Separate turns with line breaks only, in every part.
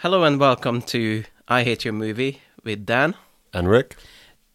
Hello and welcome to I Hate Your Movie with Dan.
And Rick?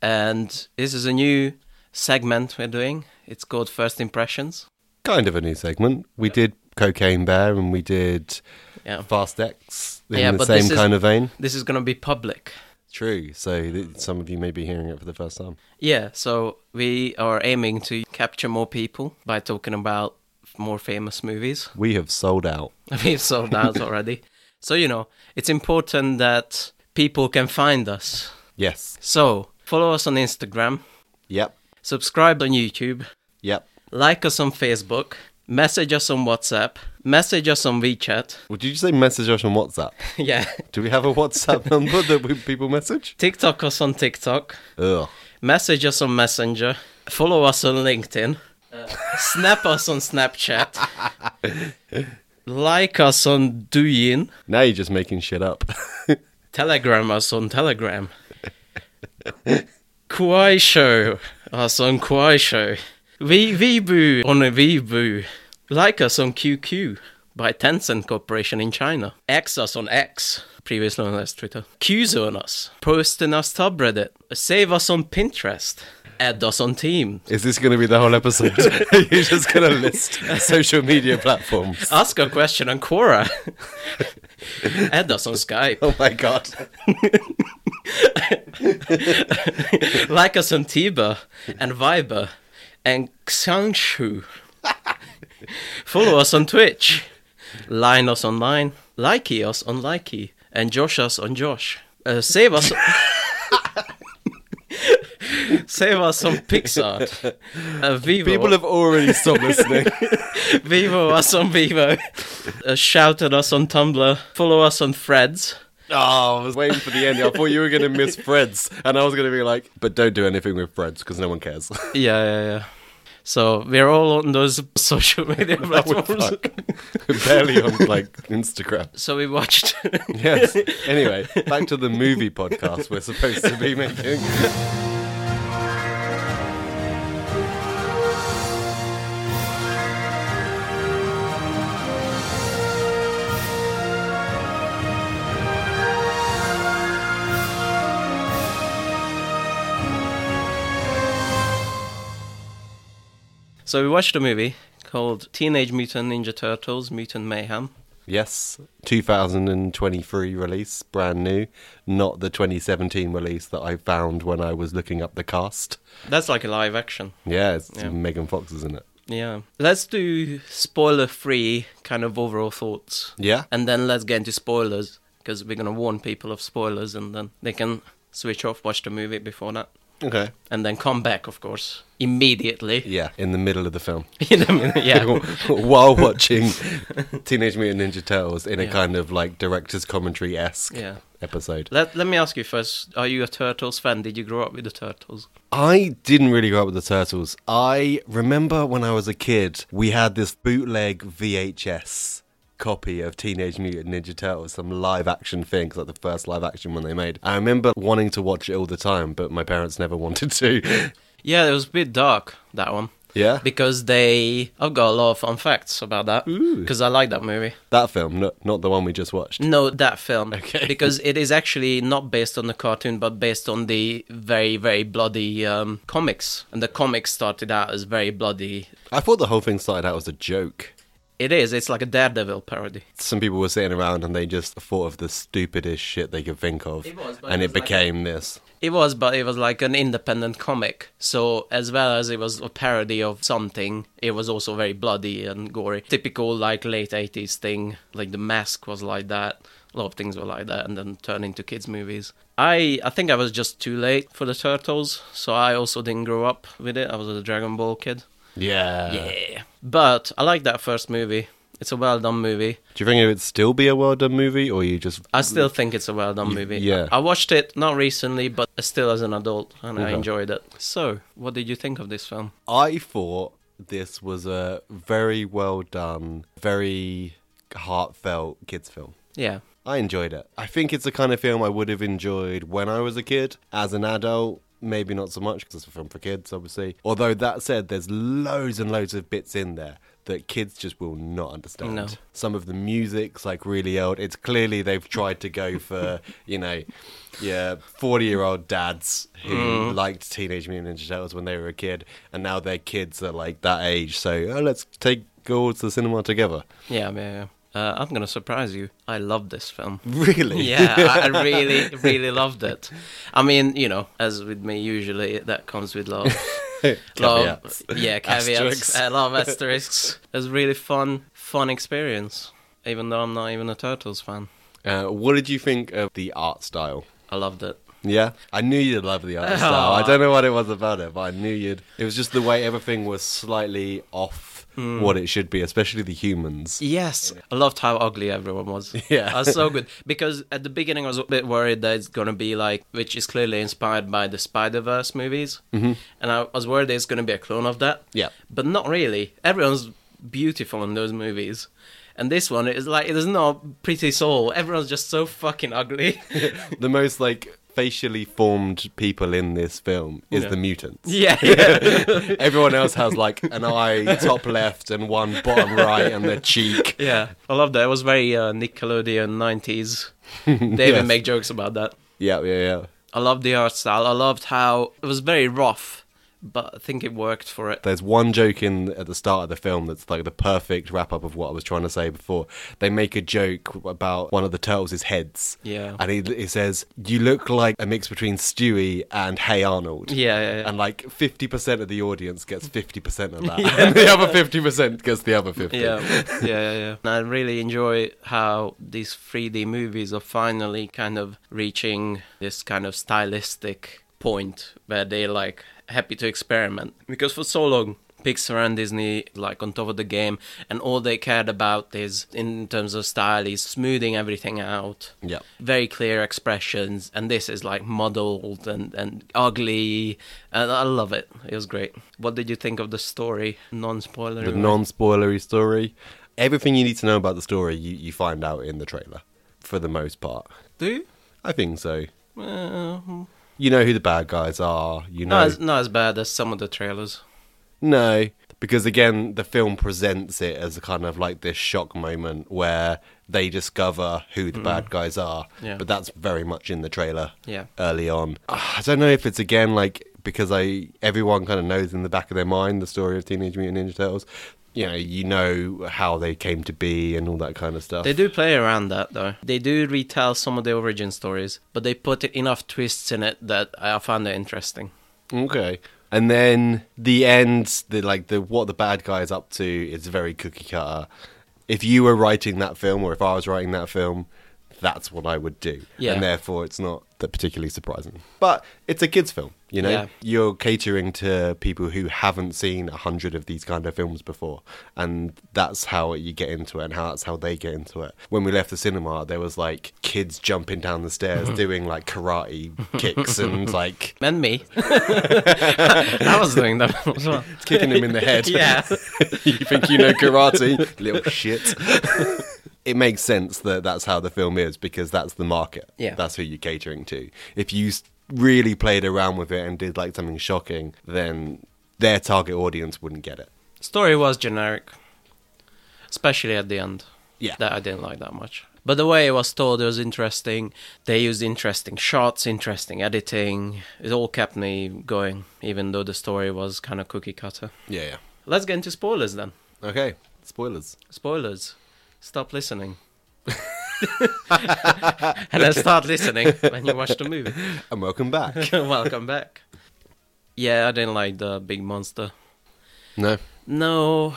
And this is a new segment we're doing. It's called First Impressions.
Kind of a new segment. We did Cocaine Bear and we did
Yeah.
Fast X in
Yeah,
the
but this
same
is-
kind of vein.
This is going to be public.
True. So th- some of you may be hearing it for the first time.
Yeah, so we are aiming to capture more people by talking about more famous movies.
We have sold out.
We've sold out already. So, you know, it's important that people can find us.
Yes.
So, follow us on Instagram,
Yep.
subscribe on YouTube,
Yep.
like us on Facebook, message us on WhatsApp, message us on WeChat.
Well, did you say message us on WhatsApp?
yeah.
Do we have a WhatsApp number that we, people message?
TikTok us on TikTok,
Ugh.
message us on Messenger, follow us on LinkedIn, snap us on Snapchat, like us on Douyin,
Now you're just making shit up.
telegram us on Telegram, Kwai Show us on Kwai Show, V- Weibo on a Weibo, like us on QQ by Tencent Corporation in China, X us on X, previously known as Twitter, Q's on us, post in us subreddit, save us on Pinterest, add us on Teams,
Is this going to be the whole episode? you're just going to list social media platforms.
ask a question on Quora, add us on Skype,
Oh my god.
like us on Tiba and Viber and Xiangshu. Follow us on Twitch. Line us online. Likey us on Likey. And Josh us on Josh. Uh, save us. save us on Pixar. Uh, Vivo.
People have already stopped listening.
Vivo us on Vivo. Uh, shout at us on Tumblr. Follow us on Threads.
Oh, I was waiting for the end. I thought you were going to miss Fred's. And I was going to be like, but don't do anything with Fred's because no one cares.
Yeah, yeah, yeah. So we're all on those social media platforms.
fuck. Barely on like Instagram.
So we watched.
Yes. Anyway, back to the movie podcast we're supposed to be making.
so we watched a movie called Teenage Mutant Ninja Turtles: Mutant Mayhem.
Yes. 2023 release, brand new. Not the 2017 release that I found when I was looking up the cast.
That's like a live action.
Yeah, it's Megan Fox is in it.
Yeah. Let's do spoiler-free kind of overall thoughts,
Yeah.
and then let's get into spoilers because we're gonna warn people of spoilers, and then they can switch off, watch the movie before that,
Okay.
and then come back, of course, immediately.
Yeah, in the middle of the film.
You know what I mean? yeah.
while watching Teenage Mutant Ninja Turtles in a
Yeah.
kind of like director's commentary esque
Yeah.
episode.
Let Let me ask you first: Are you a Turtles fan? Did you grow up with the Turtles?
I didn't really grow up with the Turtles. I remember when I was a kid, we had this bootleg VHS copy of Teenage Mutant Ninja Turtles, some live action thing, 'cause, like the first live action one they made. I remember wanting to watch it all the time, but my parents never wanted to.
Yeah, it was a bit dark that one.
yeah?
because they I've got a lot of fun facts about that because I like that movie.
that film, no, not the one we just watched.
No, that film.
Okay.
Because it is actually not based on the cartoon, but based on the very, very bloody um, comics. And the comics started out as very bloody.
I thought the whole thing started out as a joke.
It is. It's like a Daredevil parody.
some people were sitting around and they just thought of the stupidest shit they could think of,
It was, but
and
it
it,
was like
became this.
It was, but it was like an independent comic. So as well as it was a parody of something, it was also very bloody and gory. Typical like late eighties thing. Like the mask was like that. A lot of things were like that, and then turned into kids' movies. I I think I was just too late for the Turtles, so I also didn't grow up with it. I was a Dragon Ball kid.
Yeah.
Yeah, but I like that first movie. It's a well done movie.
Do you think it would still be a well done movie, or you just
I still think it's a well done movie.
yeah.
I watched it not recently, but still as an adult, and I enjoyed it. So, what did you think of this film?
I thought this was a very well done, very heartfelt kids film.
Yeah.
I enjoyed it. I think it's the kind of film I would have enjoyed when I was a kid. As an adult, maybe not so much because it's a film for kids, obviously. Although that said, there's loads and loads of bits in there that kids just will not understand.
No.
Some of the music's like really old. It's clearly they've tried to go for, you know, yeah, 40 year old dads who liked Teenage Mutant Ninja Turtles when they were a kid, and now their kids are like that age. So, oh, let's take go to the cinema together.
Yeah, yeah. yeah. Uh, I'm gonna surprise you. I love this film.
Really?
Yeah, I I really, really loved it. I mean, you know, as with me, usually that comes with love.
Caveats.
Love, yeah, caveats.
Asterisks.
I love asterisks. It was really fun, fun experience. Even though I'm not even a Turtles fan,
Uh, what did you think of the art style?
I loved it.
Yeah, I knew you'd love the art style. I don't know what it was about it, but I knew you'd. It was just the way everything was slightly off what it should be, especially the humans.
Yes, I loved how ugly everyone was.
Yeah.
That was so good. Because at the beginning, I was a bit worried that it's gonna be like, which is clearly inspired by the Spider Verse movies, mm-hmm. and I was worried there's gonna be a clone of that.
Yeah.
but not really. Everyone's beautiful in those movies. And this one is like there's no pretty soul. Everyone's just so fucking ugly.
the most like facially formed people in this film is
Yeah.
the mutants.
yeah, yeah.
Everyone else has like an eye top left and one bottom right and their cheek.
Yeah, I love that. It was very uh, Nickelodeon '90s. They
Yes.
even make jokes about that.
Yeah, yeah, yeah.
I loved the art style. I loved how it was very rough, but I think it worked for it.
There's one joke in at the start of the film that's like the perfect wrap up of what I was trying to say before. They make a joke about one of the turtles' heads.
Yeah.
And he, he says, You look like a mix between Stewie and Hey Arnold.
Yeah, yeah, yeah.
And like 50% of the audience gets 50% of that. and the other 50% gets the other 50.
Yeah, yeah, yeah, yeah. And I really enjoy how these 3D movies are finally kind of reaching this kind of stylistic point where they're like happy to experiment. Because for so long, Pixar and Disney like on top of the game, and all they cared about is in terms of style is smoothing everything out.
Yeah.
very clear expressions, and this is like muddled and and ugly, and I love it. It was great. What did you think of the story? Non spoiler.
The non spoilery story. Everything you need to know about the story, you, you find out in the trailer for the most part.
Do you?
I think so.
Well, hmm.
You know who the bad guys are. You know.
not, as, not as bad as some of the trailers.
No, because again, the film presents it as a kind of like this shock moment where they discover who the bad guys are.
Yeah.
But that's very much in the trailer.
Yeah.
Early on, Ah, I don't know if it's again like because I everyone kind of knows in the back of their mind the story of Teenage Mutant Ninja Turtles. You know, you know how they came to be and all that kind of stuff.
They do play around that though. They do retell some of the origin stories, but they put enough twists in it that I found it interesting.
Okay. And then the end, the like the what the bad guy is up to is very cookie cutter. If you were writing that film, or if I was writing that film, that's what I would do.
Yeah.
And therefore, it's not that particularly surprising. But it's a kids' film, you know.
Yeah.
You're catering to people who haven't seen a hundred of these kind of films before, and that's how you get into it, and how that's how they get into it. When we left the cinema, there was like kids jumping down the stairs doing like karate kicks and like
And me, I was doing that as well.
kicking him in the head.
Yeah.
you think you know karate, little shit. it makes sense that that's how the film is because that's the market.
Yeah.
That's who you're catering to. If you s- really played around with it and did like something shocking, then their target audience wouldn't get it.
Story was generic, especially at the end.
Yeah.
that I didn't like that much. But the way it was told it was interesting. They used interesting shots, interesting editing. It all kept me going, even though the story was kind of cookie cutter.
Yeah.
Let's get into spoilers then.
yeah. Okay. Spoilers.
Spoilers. Stop listening. and then start listening when you watch the movie.
And welcome back.
Welcome back. Yeah, I didn't like the big monster.
no.
No.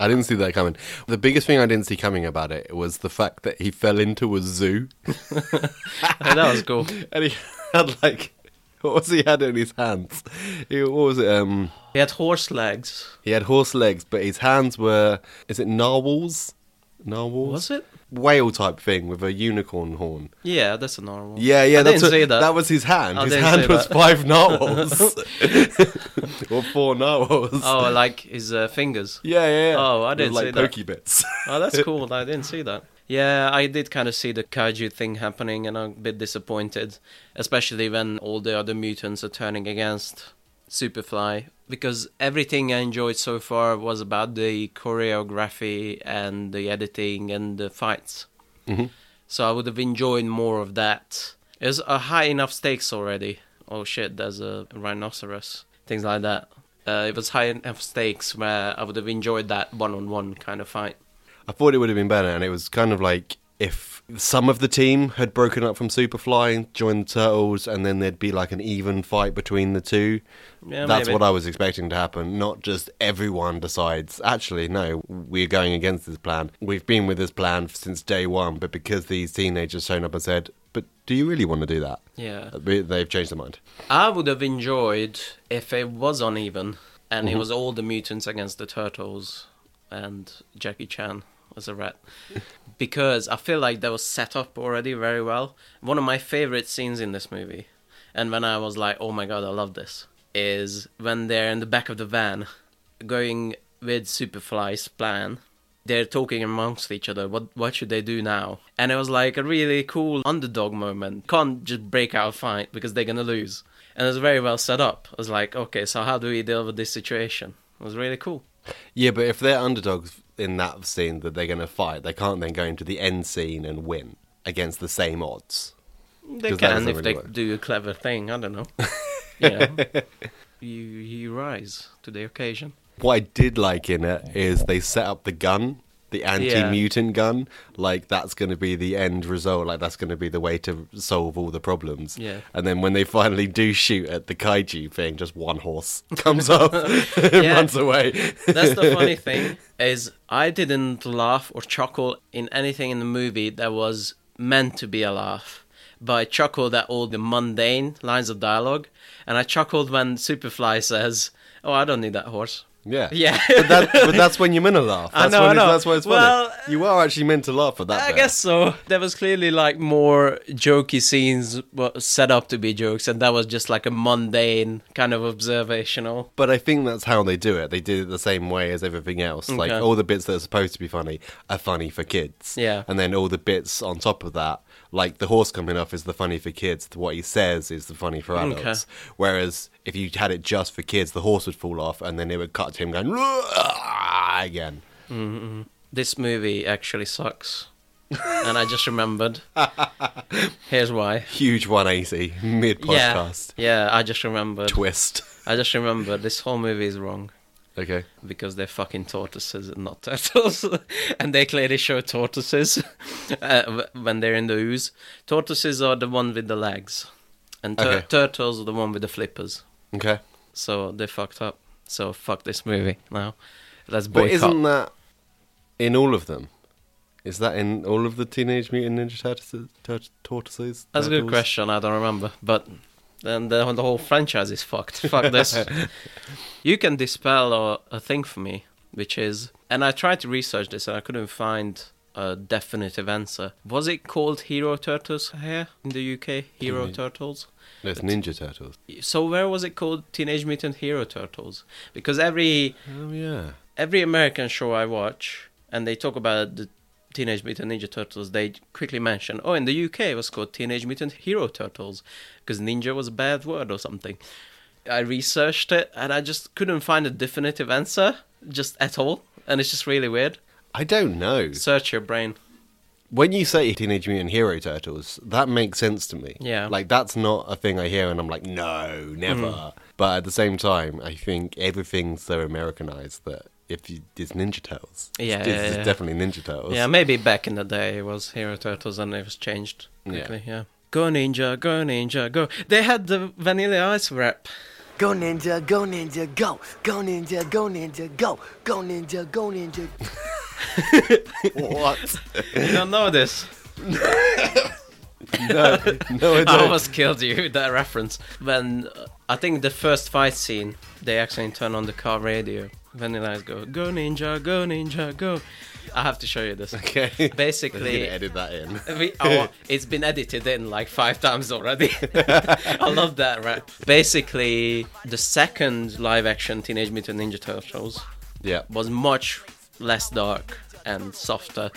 I didn't see that coming. The biggest thing I didn't see coming about it was the fact that he fell into a zoo.
Hey, that was cool.
and he had like what was he had in his hands? He, what was it? Um,
He had horse legs.
he had horse legs, but his hands were is it narwhals? Narwhals?
Was it?
Whale type thing with a unicorn horn.
Yeah, that's a normal.
Yeah, yeah,
I
that's
didn't
what-
say that.
was his hand.
I
his
didn't
hand
say
was
that.
five narwhals or four narwhals.
Oh, like his uh, fingers.
Yeah, yeah, yeah.
Oh, I
With,
didn't
like
see that.
pokey bits.
Oh, that's cool. I didn't see that. Yeah, I did kind of see the kaiju thing happening, and I'm a bit disappointed, especially when all the other mutants are turning against Superfly because everything I enjoyed so far was about the choreography and the editing and the fights. Mm-hmm. So I would have enjoyed more of that. It's a high enough stakes already. Oh shit, there's a rhinoceros. Things like that. Uh, it was high enough stakes where I would have enjoyed that one-on-one kind of fight.
I thought it would have been better, and it was kind of like if some of the team had broken up from Superfly and joined the Turtles, and then there'd be like an even fight between the two.
Yeah,
That's
maybe.
what I was expecting to happen. Not just everyone decides, actually, no, we're going against this plan. We've been with this plan since day one, but because these teenagers shown up and said, but do you really want to do that? Uh,
Yeah.
They've changed their mind.
Uh, I would have enjoyed if it was uneven and it was all the mutants against the turtles and Jackie Chan as a rat. because I feel like that was set up already very well. One of my favorite scenes in this movie, and when I was like, oh my god, I love this, is when they're in the back of the van going with Superfly's plan they're talking amongst each other. What what should they do now? And it was like a really cool underdog moment. Can't just break out a fight because they're gonna lose. And it was very well set up. I was like, okay, so how do we deal with this situation? It was really cool.
Yeah, but if they're underdogs in that scene that they're going to fight, they can't then go into the end scene and win against the same odds.
They
'Cause that
can
doesn't
if
really
they
work.
do a clever thing. I don't know. yeah, you you rise to the occasion.
What I did like in it is they set up the gun, the anti-mutant gun, like that's going to be the end result, like that's going to be the way to solve all the problems.
Yeah.
And then when they finally do shoot at the kaiju thing, just one horse comes up and
Yeah.
runs away.
That's the funny thing is I didn't laugh or chuckle in anything in the movie that was meant to be a laugh. But I chuckled at all the mundane lines of dialogue, and I chuckled when Superfly says, "Oh, I don't need that horse."
Yeah.
Yeah.
But, that, but that's when you're meant to laugh.
I
That's
know, I
when it's-
know.
That's why it's funny.
Well,
you are actually meant to laugh at that.
I
bit.
guess so. There was clearly like more jokey scenes wa- set up to be jokes, and that was just like a mundane kind of observational.
But I think that's how they do it. They do it the same way as everything else. Like
Okay.
all the bits that are supposed to be funny are funny for kids.
Yeah.
And then all the bits on top of that, like the horse coming off is the funny for kids. What he says is the funny for
Okay.
adults. Whereas if you had it just for kids, the horse would fall off and then it would cut to him going "Ruah!" again.
This movie actually sucks, and I just remembered. Here's why.
Huge 180 mid podcast
Yeah, yeah. I just remembered.
twist.
I just remembered this whole movie is wrong
Okay.
because they're fucking tortoises and not turtles, and they clearly show tortoises uh, w- when they're in the ooze. Tortoises are the one with the legs, and tur-
Okay.
turtles are the one with the flippers.
Okay.
So they fucked up. So fuck this movie now. Let's
But
boycott.
isn't that in all of them? Is that in all of the Teenage Mutant Ninja Turtles? Tur- tortoises?
That's a good
Turtles?
question. I don't remember, but then the, the whole franchise is fucked. Fuck this. you can dispel a, a thing for me, which is, and I tried to research this and I couldn't find a definitive answer. Was it called Hero Turtles here in the UK? Hero Turtles.
No, it's Ninja Turtles.
So where was it called Teenage Mutant Hero Turtles? Because every
Oh yeah.
every American show I watch and they talk about the Teenage Mutant Ninja Turtles, they quickly mention, oh, in the UK it was called Teenage Mutant Hero Turtles because ninja was a bad word or something. I researched it and I just couldn't find a definitive answer, just at all. And it's just really weird.
I don't know.
Search your brain.
When you say Teenage Mutant Hero Turtles, that makes sense to me.
Yeah.
Like that's not a thing I hear, and I'm like, no, never.
Hmm.
But at the same time, I think everything's so Americanized that if you, it's Ninja Turtles,
Yeah,
it's,
yeah,
it's
yeah.
definitely Ninja Turtles.
Yeah, maybe back in the day it was Hero Turtles and it was changed quickly, yeah. Go Ninja, go Ninja, go. They had the Vanilla Ice rap.
Go ninja, go ninja, go. Go ninja, go ninja, go. Go ninja, go ninja.
what?
You don't know this.
no, no, I don't.
I almost killed you with that reference. When uh, I think the first fight scene, they actually turn on the car radio. Vanilla Ice go, go ninja, go ninja, go. I have to show you this.
Okay. We're gonna
Basically,
edit that in.
we, oh, it's been edited in like five times already. I love that rap. Basically, the second live action Teenage Mutant Ninja Turtles
Yeah.
was much less dark and softer.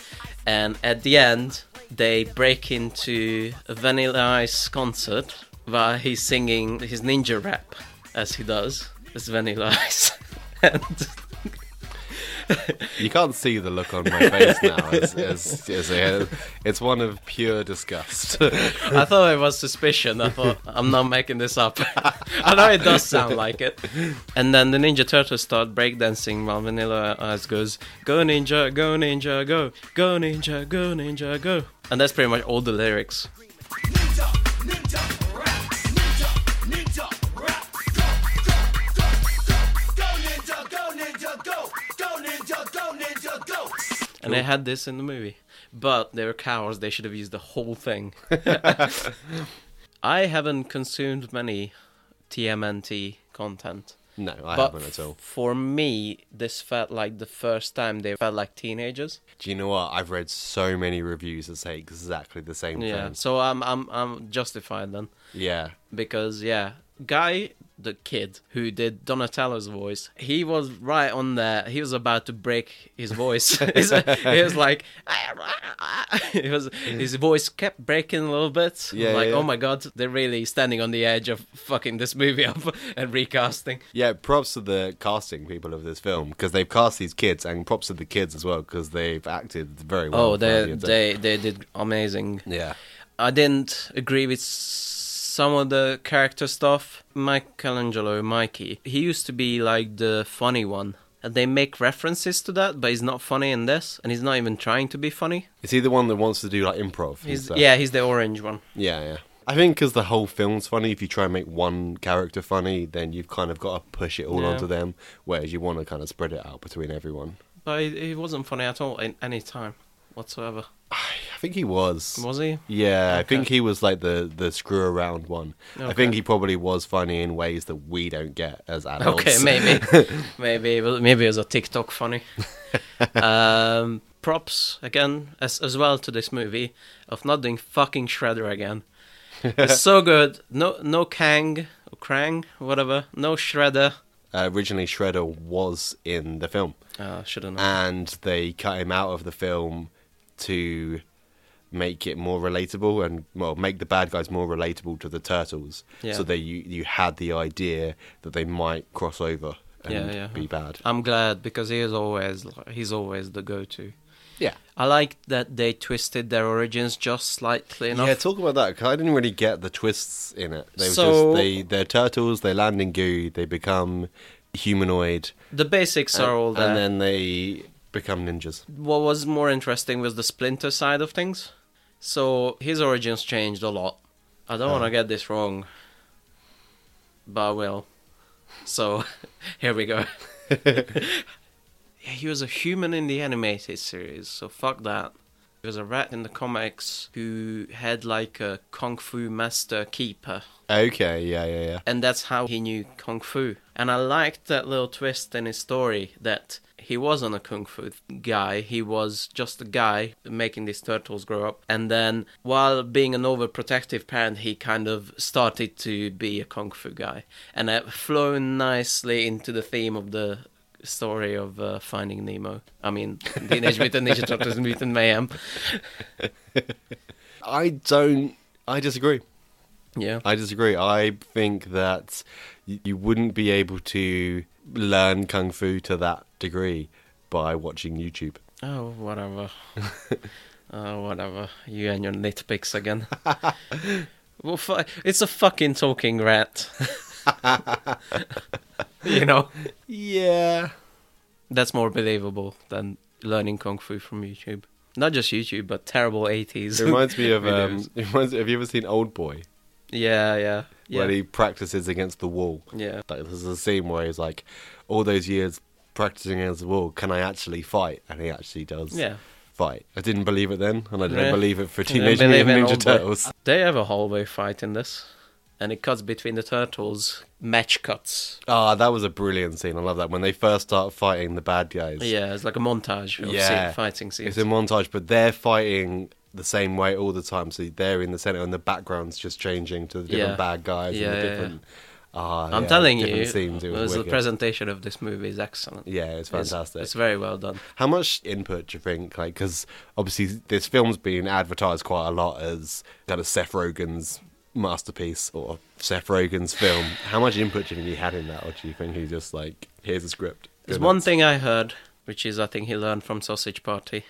And at the end, they break into a Vanilla Ice concert where he's singing his ninja rap as he does. It's Vanilla Ice. and
You can't see the look on my face now. As, as, as I- it's one of pure disgust.
I thought it was suspicion. I thought I'm not making this up. I know it does sound like it. And then the Ninja Turtles start breakdancing while Vanilla Ice goes, "Go Ninja, go Ninja, go, go Ninja, go Ninja, go." And that's pretty much all the lyrics.
Ninja, ninja, rap. Ninja, ninja, rap. Go, go, go, go. Go ninja, go ninja, go. Go ninja, go ninja, go.
And they had this in the movie, but they were cowards. They should have used the whole thing. I haven't consumed many TMNT content.
No, I
but
haven't at all.
For me, this felt like the first time they felt like teenagers.
Do you know what? I've read so many reviews that say exactly the same
Yeah.
thing.
So I'm I'm I'm justified then
Yeah.
because yeah, guy the kid who did Donatello's voice, he was right on there. He was about to break his voice. He's- he was like, it was his voice kept breaking a little bit.
Yeah,
like
yeah,
oh
yeah.
my god, they're really standing on the edge of fucking this movie up and recasting.
Yeah, props to the casting people of this film because they've cast these kids, and props to the kids as well because they've acted very well.
Oh,
for
they
audience.
they they did amazing.
Yeah.
I didn't agree with s- some of the character stuff. Michelangelo, Mikey, he used to be like the funny one. And they make references to that, but he's not funny in this, and he's not even trying to be funny.
Is he the one that wants to do like improv? and
He's,
stuff?
yeah, he's the orange one.
Yeah, yeah. I think because the whole film's funny, if you try and make one character funny, then you've kind of got to push it all
Yeah.
onto them, whereas you want to kind of spread it out between everyone.
But he, he wasn't funny at all in any time whatsoever.
I think he was.
Was he?
Yeah, I
Okay.
think he was like the, the screw around one. I
Okay.
think he probably was funny in ways that we don't get as adults.
Okay, maybe, maybe, it was- maybe it was a TikTok funny. um, props again, as as well to this movie of not doing fucking Shredder again. It's so good. No, no Kang or Krang, whatever. No Shredder.
Uh, originally, Shredder was in the film,
Uh, shouldn't. Know.
and they cut him out of the film to make it more relatable and well make the bad guys more relatable to the turtles
Yeah.
so they you, you had the idea that they might cross over and
Yeah, Uh, yeah.
be bad
I'm glad because he is always like, he's always the go-to.
yeah
I like that they twisted their origins just slightly enough.
yeah talk about that 'cause i didn't really get the twists in it they were
So-
just they they're turtles they land in goo they become humanoid
the basics are all there.
and then they become ninjas
what was more interesting was the splinter side of things. So his origins changed a lot. I don't want to get this wrong, but I will. So here we go. yeah, he was a human in the animated series, so fuck that. He was a rat in the comics who had like a kung fu master keeper
okay yeah yeah yeah
and that's how he knew kung fu. And I liked that little twist in his story that he wasn't a kung fu guy. He was just a guy making these turtles grow up. And then, while being an overprotective parent, he kind of started to be a kung fu guy, and it flown nicely into the theme of the story of uh, Finding Nemo. I mean, Teenage Mutant Ninja Turtles: Mutant Mayhem.
i don't i disagree
Yeah.
I disagree. I think that y- you wouldn't be able to learn kung fu to that degree by watching YouTube.
Oh, whatever. oh, whatever. You and your nitpicks again. well, fu- it's a fucking talking rat. you know,
Yeah.
that's more believable than learning kung fu from YouTube. Not just YouTube, but terrible 80s.
It reminds me of um
videos.
it reminds, have you ever seen Old Boy?
Yeah, yeah. Yeah.
When he practices against the wall.
yeah.
Like there's a scene where he's like, all those years practicing against the wall, can I actually fight? And he actually does
Yeah.
fight. I didn't believe it then, and I don't
Yeah.
believe it for
You know,
Teenage
believe
Mutant
in
Ninja
Old Boy.
Turtles.
They have a hallway fight in this, and it cuts between the turtles, match cuts.
Ah, that was a brilliant scene. I love that. When they first start fighting the bad guys.
Yeah, it's like a montage of scene, fighting scenes.
It's a montage, but they're fighting the same way all the time. So they're in the center, and the background's just changing to the different
Yeah.
bad guys
Yeah,
and the
yeah,
different. Ah,
I'm
yeah,
telling
different
you,
scenes. It was
the
wicked.
presentation of this movie is excellent.
Yeah, it's
It's-
fantastic.
It's, very well done.
How much input do you think? Like, because obviously this film's been advertised quite a lot as kind of Seth Rogen's masterpiece or Seth Rogen's film, how much input do you think he had in that, or do you think he just like here's a script? go
There's one
nuts?
thing I heard, which is I think he learned from Sausage Party.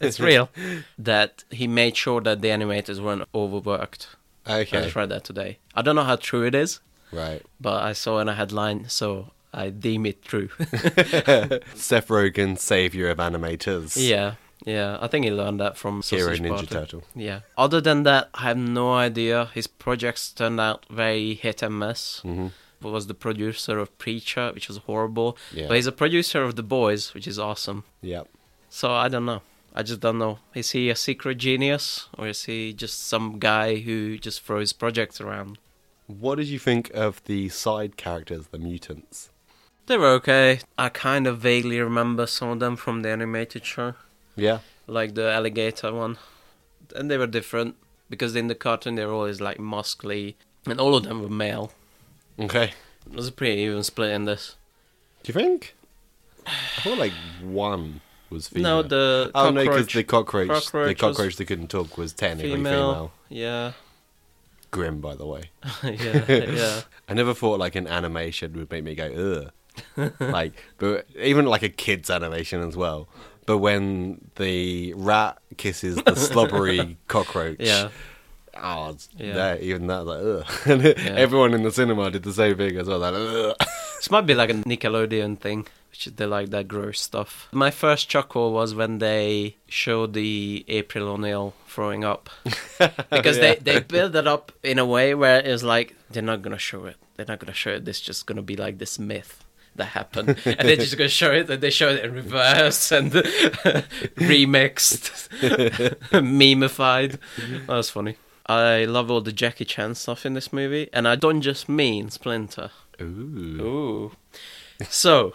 it's real. That he made sure that the animators weren't overworked. I
Okay,
just read that today. I don't know how true it is,
right.
but I saw in a headline, so I deem it true.
Seth Rogen, savior of animators.
yeah, yeah. I think he learned that from
Hero
Sausage
Ninja
Party.
Turtle.
Yeah. Other than that, I have no idea. His projects turned out very hit and miss. Mm-hmm. Was the producer of Preacher, which was horrible.
Yeah.
But he's a producer of The Boys, which is awesome.
Yep.
So I don't know. I just don't know. Is he a secret genius or is he just some guy who just throws projects around?
What did you think of the side characters, the mutants?
They were okay. I kind of vaguely remember some of them from the animated show,
Yeah.
like the alligator one. And they were different because in the cartoon they were always like muscly, and all of them were male.
Okay.
It was a pretty even split in this.
Do you think? I feel like one was
No,
female.
the
oh no, because
cockroach-
the cockroach, the
cockroach was
cockroach that couldn't talk was technically female.
female. Yeah,
Grim, by the way.
yeah, yeah.
I never thought like an animation would make me go ugh. like, but even like a kid's animation as well. But when the rat kisses the slobbery cockroach,
Yeah.
oh, it's-
Yeah.
no, even that, like, ugh. And everyone in the cinema did the same thing as well. Like, ugh.
This might be like a Nickelodeon thing, which is they like that gross stuff. My first chuckle was when they showed the April O'Neil throwing up. Because they, they build it up in a way where it was like, they're not going to show it. They're not going to show it. It's just going to be like this myth that happened. And they're just going to show it, and they show it in reverse and remixed, memeified. That was funny. I love all the Jackie Chan stuff in this movie, and I don't just mean Splinter.
Ooh.
Ooh. So,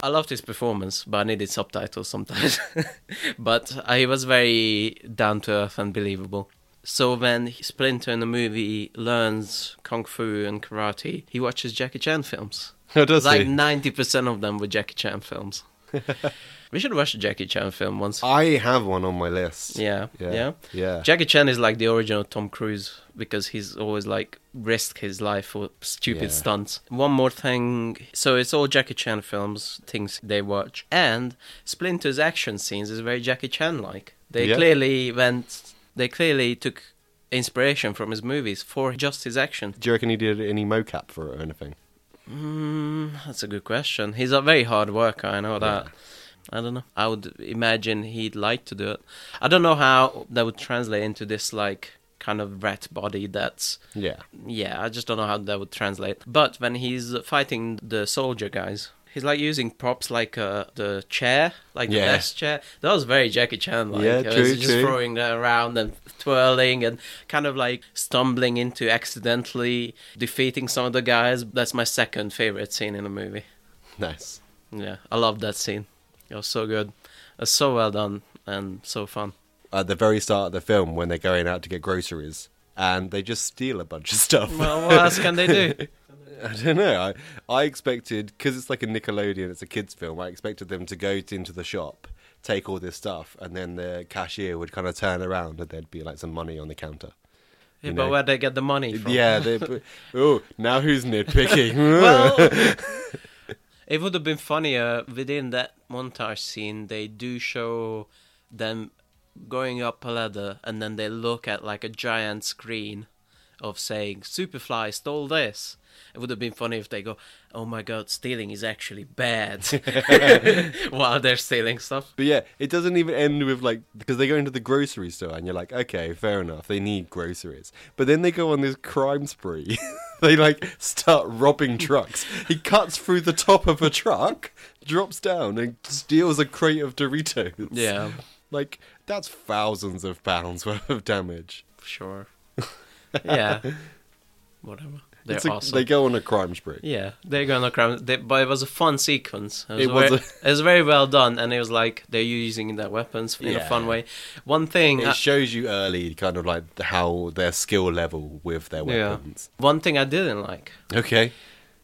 I loved his performance, but I needed subtitles sometimes. but uh, he was very down to earth and believable. So when Splinter in the movie learns kung fu and karate, he watches Jackie Chan films.
Oh, does
like
he?
ninety percent of them were Jackie Chan films. we should watch a Jackie Chan film once.
I have one on my list.
Yeah, yeah,
Uh, yeah, yeah.
Jackie Chan is like the original Tom Cruise because he's always like risked his life for stupid
Yeah.
stunts. One more thing, so it's all Jackie Chan films, things they watch, and Splinter's action scenes is very Jackie Chan like. They
Yeah.
clearly went, they clearly took inspiration from his movies for just his action.
Do you reckon he did any mocap for it or anything?
Mm, That's a good question. He's a very hard worker, I know that. I don't know. I would imagine he'd like to do it. I don't know how that would translate into this like kind of rat body that's
Yeah.
yeah, I just don't know how that would translate. But when he's fighting the soldier guys, he's like using props like uh, the chair, like
Yeah.
the desk chair. That was very Jackie Chan like.
Yeah,
uh,
true,
just
true.
throwing that around and twirling and kind of like stumbling into accidentally defeating some of the guys. That's my second favorite scene in the movie.
Nice.
Yeah, I love that scene. It was so good. It's so well done and so fun.
At the very start of the film, when they're going out to get groceries, and they just steal a bunch of stuff.
Well, what else can they do?
I don't know. I, I expected because it's like a Nickelodeon, it's a kids' film. I expected them to go t- into the shop, take all this stuff, and then the cashier would kind of turn around, and there'd be like some money on the counter.
Yeah,
know.
but where they get the money from?
Yeah. They, oh, now who's nitpicking?
well, it would have been funnier within that montage scene. They do show them going up a ladder, and then they look at like a giant screen of saying "Superfly stole this." It would have been funny if they go, "Oh my god, stealing is actually bad," while they're stealing stuff.
But yeah, it doesn't even end with like because they go into the grocery store and you're like, okay, fair enough, they need groceries. But then they go on this crime spree. they like start robbing trucks. he cuts through the top of a truck, drops down, and steals a crate of Doritos.
Yeah.
like that's thousands of pounds worth of damage.
Sure. Yeah. Whatever. They're
It's a-
awesome.
They go on a crime spree.
Yeah, they're gonna crown. They, but it was a fun sequence. It was,
It
very,
was a-
it was very well done, and it was like they're using their weapons in
Yeah.
a fun way. One thing, I,
It shows you early, kind of like how their skill level with their
yeah,
weapons.
one thing I didn't like
Okay.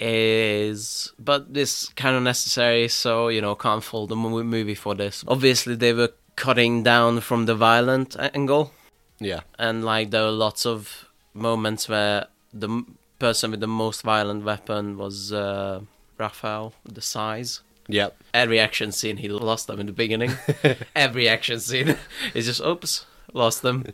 is, but this kind of necessary. So you know, can't fault the mo- movie for this. Obviously, they were cutting down from the violent a- angle.
Yeah.
and like there were lots of moments where the m- person with the most violent weapon was uh, Raphael, the size.
Yep.
Every action scene, he lost them in the beginning. Every action scene, it's just oops, lost them.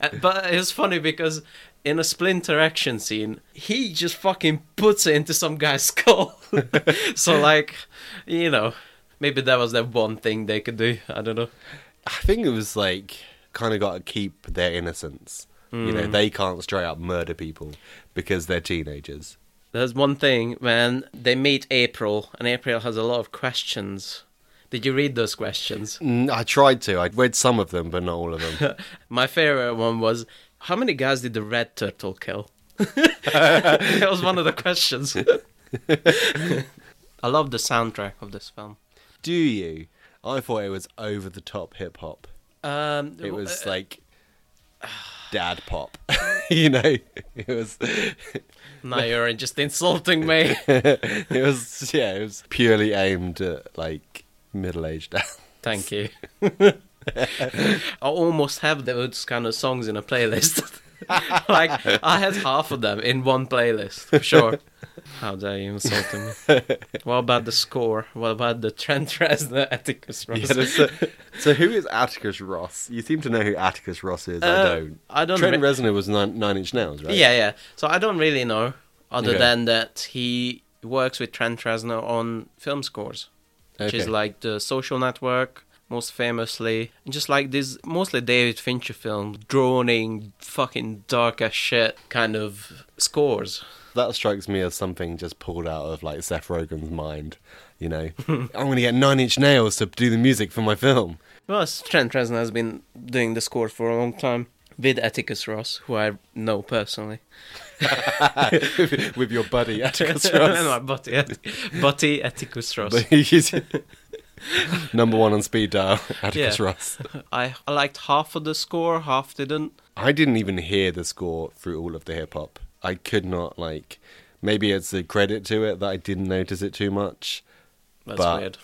Uh, but it's funny because in a splinter action scene, he just fucking puts it into some guy's skull. so like, you know, maybe that was the one thing they could do. I don't know.
I think it was like kind of got to keep their innocence. You know, they can't straight up murder people because they're teenagers.
There's one thing when they meet April, and April has a lot of questions. Did you read those questions?
Mm, I tried to. I read some of them, but not all of them.
My favorite one was How many guys did the red turtle kill? that was one of the questions. I love the soundtrack of this film.
Do you? I thought it was over the top hip hop.
Um,
It was like dad pop. you know, it was
Now uh, you're just insulting me.
it was yeah, it was purely aimed at like middle-aged dads.
Thank you. I almost have those kind of songs in a playlist. like I had half of them in one playlist, for sure. How dare you insult me? what about the score? What about the Trent Reznor Atticus Ross?
Yeah, that's a- so who is Atticus Ross? You seem to know who Atticus Ross is. I
Uh,
don't.
I don't
Trent
re-
Reznor was nine, nine Inch Nails, right?
yeah, yeah. So I don't really know, other
Okay.
than that he works with Trent Reznor on film scores, which is
Okay.
like the Social Network, most famously, and just like these mostly David Fincher films, droning, fucking dark as shit kind of scores.
That strikes me as something just pulled out of like Seth Rogen's mind. You know, I'm going to get Nine Inch Nails to do the music for my film.
Well, s- Trent Reznor has been doing the score for a long time with Atticus Ross, who I know personally.
with your buddy Atticus
No,
Ross.
Butty, Att- Butty Atticus Ross.
Number one on speed dial, Atticus
Yeah.
Ross.
I I liked half of the score, half didn't.
I didn't even hear the score through all of the hip hop. I could not like. Maybe it's a credit to it that I didn't notice it too much.
That's
But-
weird.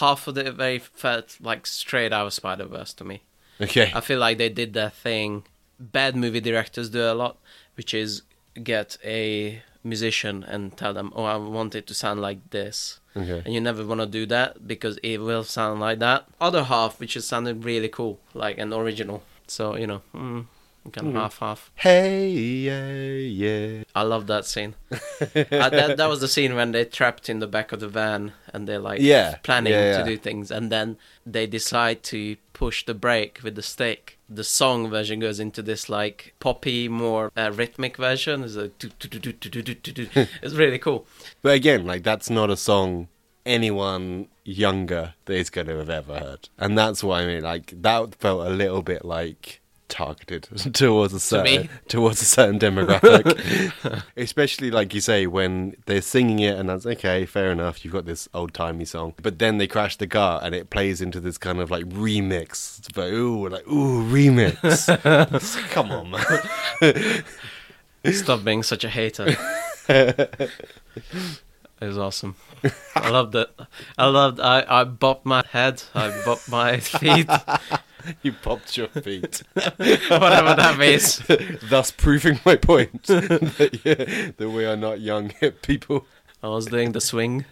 Half of it very felt like straight out of Spider Verse to me.
Okay.
I feel like they did that thing bad movie directors do a lot, which is get a musician and tell them, "Oh, I want it to sound like this,"
Okay.
and you never want to do that because it will sound like that. Other half, which is sounded really cool, like an original. So you know, mm, kind of
Mm-hmm.
half half.
Hey, yeah, yeah.
I love that scene. uh, that, that was the scene when they're trapped in the back of the van and they're like
Yeah,
planning
yeah, yeah.
to do things, and then they decide to push the brake with the stick. The song version goes into this like poppy, more uh, rhythmic version. It's like do, do, do, do, do, do, do, do. It's really cool.
But again, like that's not a song anyone younger is going to have ever heard, and that's what I mean. Like that felt a little bit like targeted towards a certain
me?
towards a certain demographic, especially like you say when they're singing it, and that's okay, fair enough. You've got this old timey song, but then they crash the car, and it plays into this kind of like remix. But ooh, like ooh, remix. It's like, Come on, man.
Stop being such a hater. it was awesome. I loved it. I loved. I I bopped my head. I bopped my feet.
You popped your feet.
Whatever that means.
thus proving my point that, yeah, that we are not young hip people.
I was doing the swing.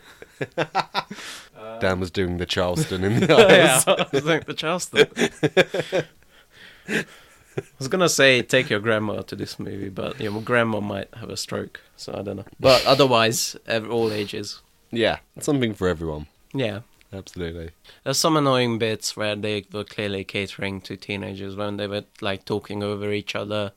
Dan was doing the Charleston in the aisles.
I was like the Charleston. I was gonna say take your grandma to this movie, but your grandma might have a stroke, so I don't know. But otherwise, ev all ages.
yeah. something for everyone.
Yeah,
Absolutely.
there's some annoying bits where they were clearly catering to teenagers when they were like talking over each other.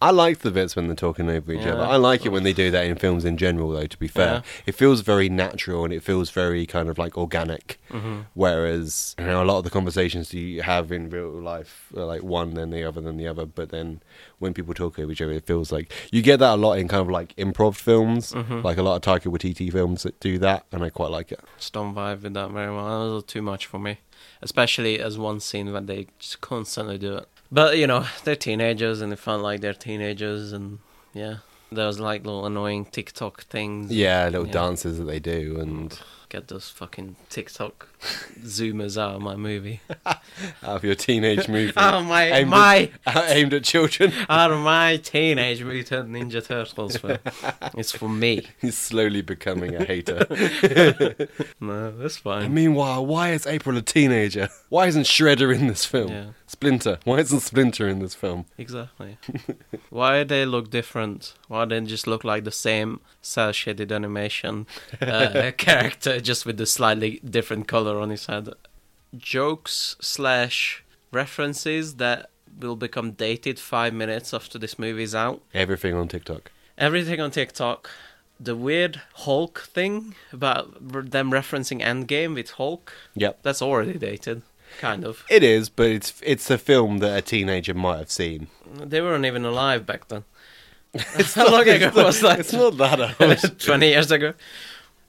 I like the bits when they're talking over each other.
Yeah.
I like it when they do that in films in general, though, to be fair.
Yeah.
It feels very natural and it feels very kind of like organic.
Mm-hmm.
Whereas, you know, a lot of the conversations you have in real life are like one, then the other, then the other. But then when people talk over each other, it feels like you get that a lot in kind of like improv films,
Mm-hmm.
like a lot of Taika Waititi films that do that. And I quite like it.
Just don't vibe with that very well. That was a little too much for me, especially as one scene when they just constantly do it. But you know, they're teenagers and they felt like they're teenagers, and yeah, There was like little annoying TikTok things.
Yeah, little
Yeah.
dances that they do, and
Get those fucking TikTok zoomers out of my movie.
out of your teenage movie.
Oh, my-
aimed
my-
at, aimed at children.
out of my Teenage Mutant Ninja Turtles film. It's for me.
He's slowly becoming a hater.
No, that's fine.
And meanwhile, why is April a teenager? Why isn't Shredder in this film?
Yeah.
Splinter. Why isn't Splinter in this film?
Exactly. Why they look different? Why they just look like the same cell shaded animation uh, character, just with the slightly different color on his head? Jokes slash references that will become dated five minutes after this movie's out.
Everything on TikTok.
Everything on TikTok. The weird Hulk thing about them referencing Endgame with Hulk.
Yep.
That's already dated, kind of.
It is, but it's it's a film that a teenager might have seen.
They weren't even alive back then. How long ago was that?
It's not that old.
20 years ago.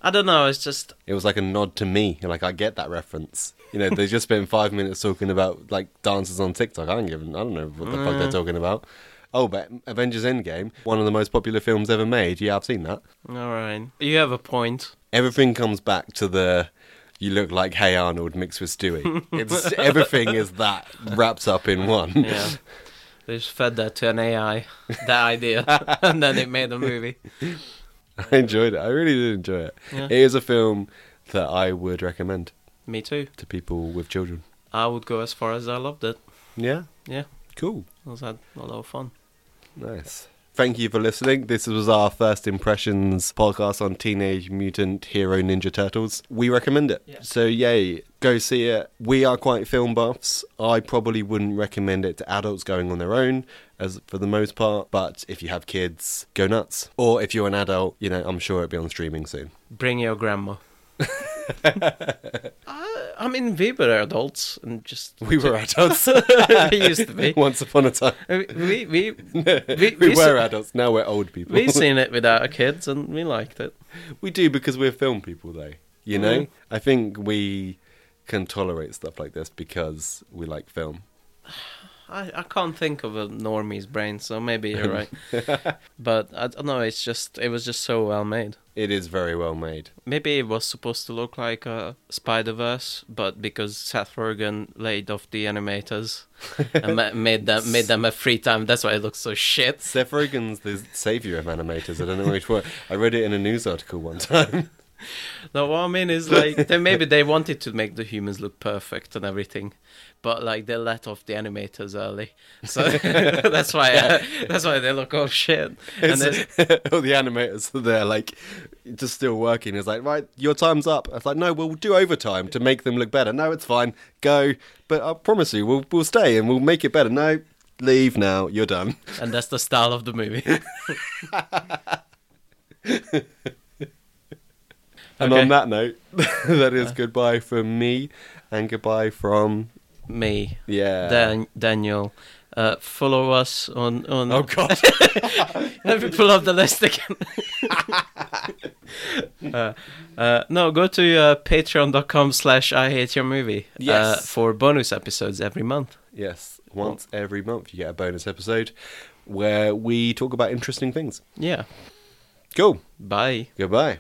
I don't know, it's just
It was like a nod to me. Like I get that reference. You know, they just spent five minutes talking about like dances on TikTok. I don't give. a- I don't know what the fuck they're talking about. Oh, but Avengers Endgame, one of the most popular films ever made. Yeah, I've seen that.
all right. You have a point.
Everything comes back to the. You look like Hey Arnold mixed with Stewie. It's everything is that wraps up in one.
Yeah. they just fed that to an AI, that idea, and then it made a movie.
I enjoyed it. I really did enjoy it.
Yeah.
It is a film that I would recommend
Me too.
to people with children.
I would go as far as I loved it.
Yeah,
Yeah,
cool.
I was had a lot of fun.
Nice. Thank you for listening. This was our first impressions podcast on Teenage Mutant Hero Ninja Turtles. We recommend it.
Yeah.
So, yay, go see it. We are quite film buffs. I probably wouldn't recommend it to adults going on their own, as for the most part. But if you have kids, go nuts. Or if you're an adult, you know, I'm sure it'll be on streaming soon.
Bring your grandma. I, I mean, we were adults and just.
We were adults
we used to be.
once upon a time.
We, we, we,
We,
we
were
se-
adults. Now we're old people.
we seen it without our kids and we liked it.
We do because we're film people, though. You know, I think we can tolerate stuff like this because we like film.
I, I can't think of a normie's brain, so maybe you're right. but I don't know. It's just it was just so well made.
It is very well made.
Maybe it was supposed to look like a Spider Verse, but because Seth Rogen laid off the animators and ma- made them made them a free time, that's why it looks so shit.
Seth Rogen's the savior of animators. I don't know which word. I read it in a news article one time.
No, what I mean is like they, maybe they wanted to make the humans look perfect and everything, but like they let off the animators early, so that's why that's why they look all shit.
It's,
and it's-
all the animators are there, like, just still working. It's like, right, your time's up. It's like, no, we'll do overtime to make them look better. No, it's fine. Go. But I promise you, we'll, we'll stay and we'll make it better. No, leave now. You're done.
and that's the style of the movie.
And
Okay. Uh.
on that note, that is goodbye from me and goodbye from
me,
yeah.
Dan- Daniel. Uh, follow us on on.
Oh god.
Let me pull up the list again. Uh, uh, no, go to uh, Patreon.com/slash I Hate Your Movie uh,
Yes.
for bonus episodes every month.
yes, once every month you get a bonus episode where we talk about interesting things.
Yeah.
Cool.
Bye.
Goodbye.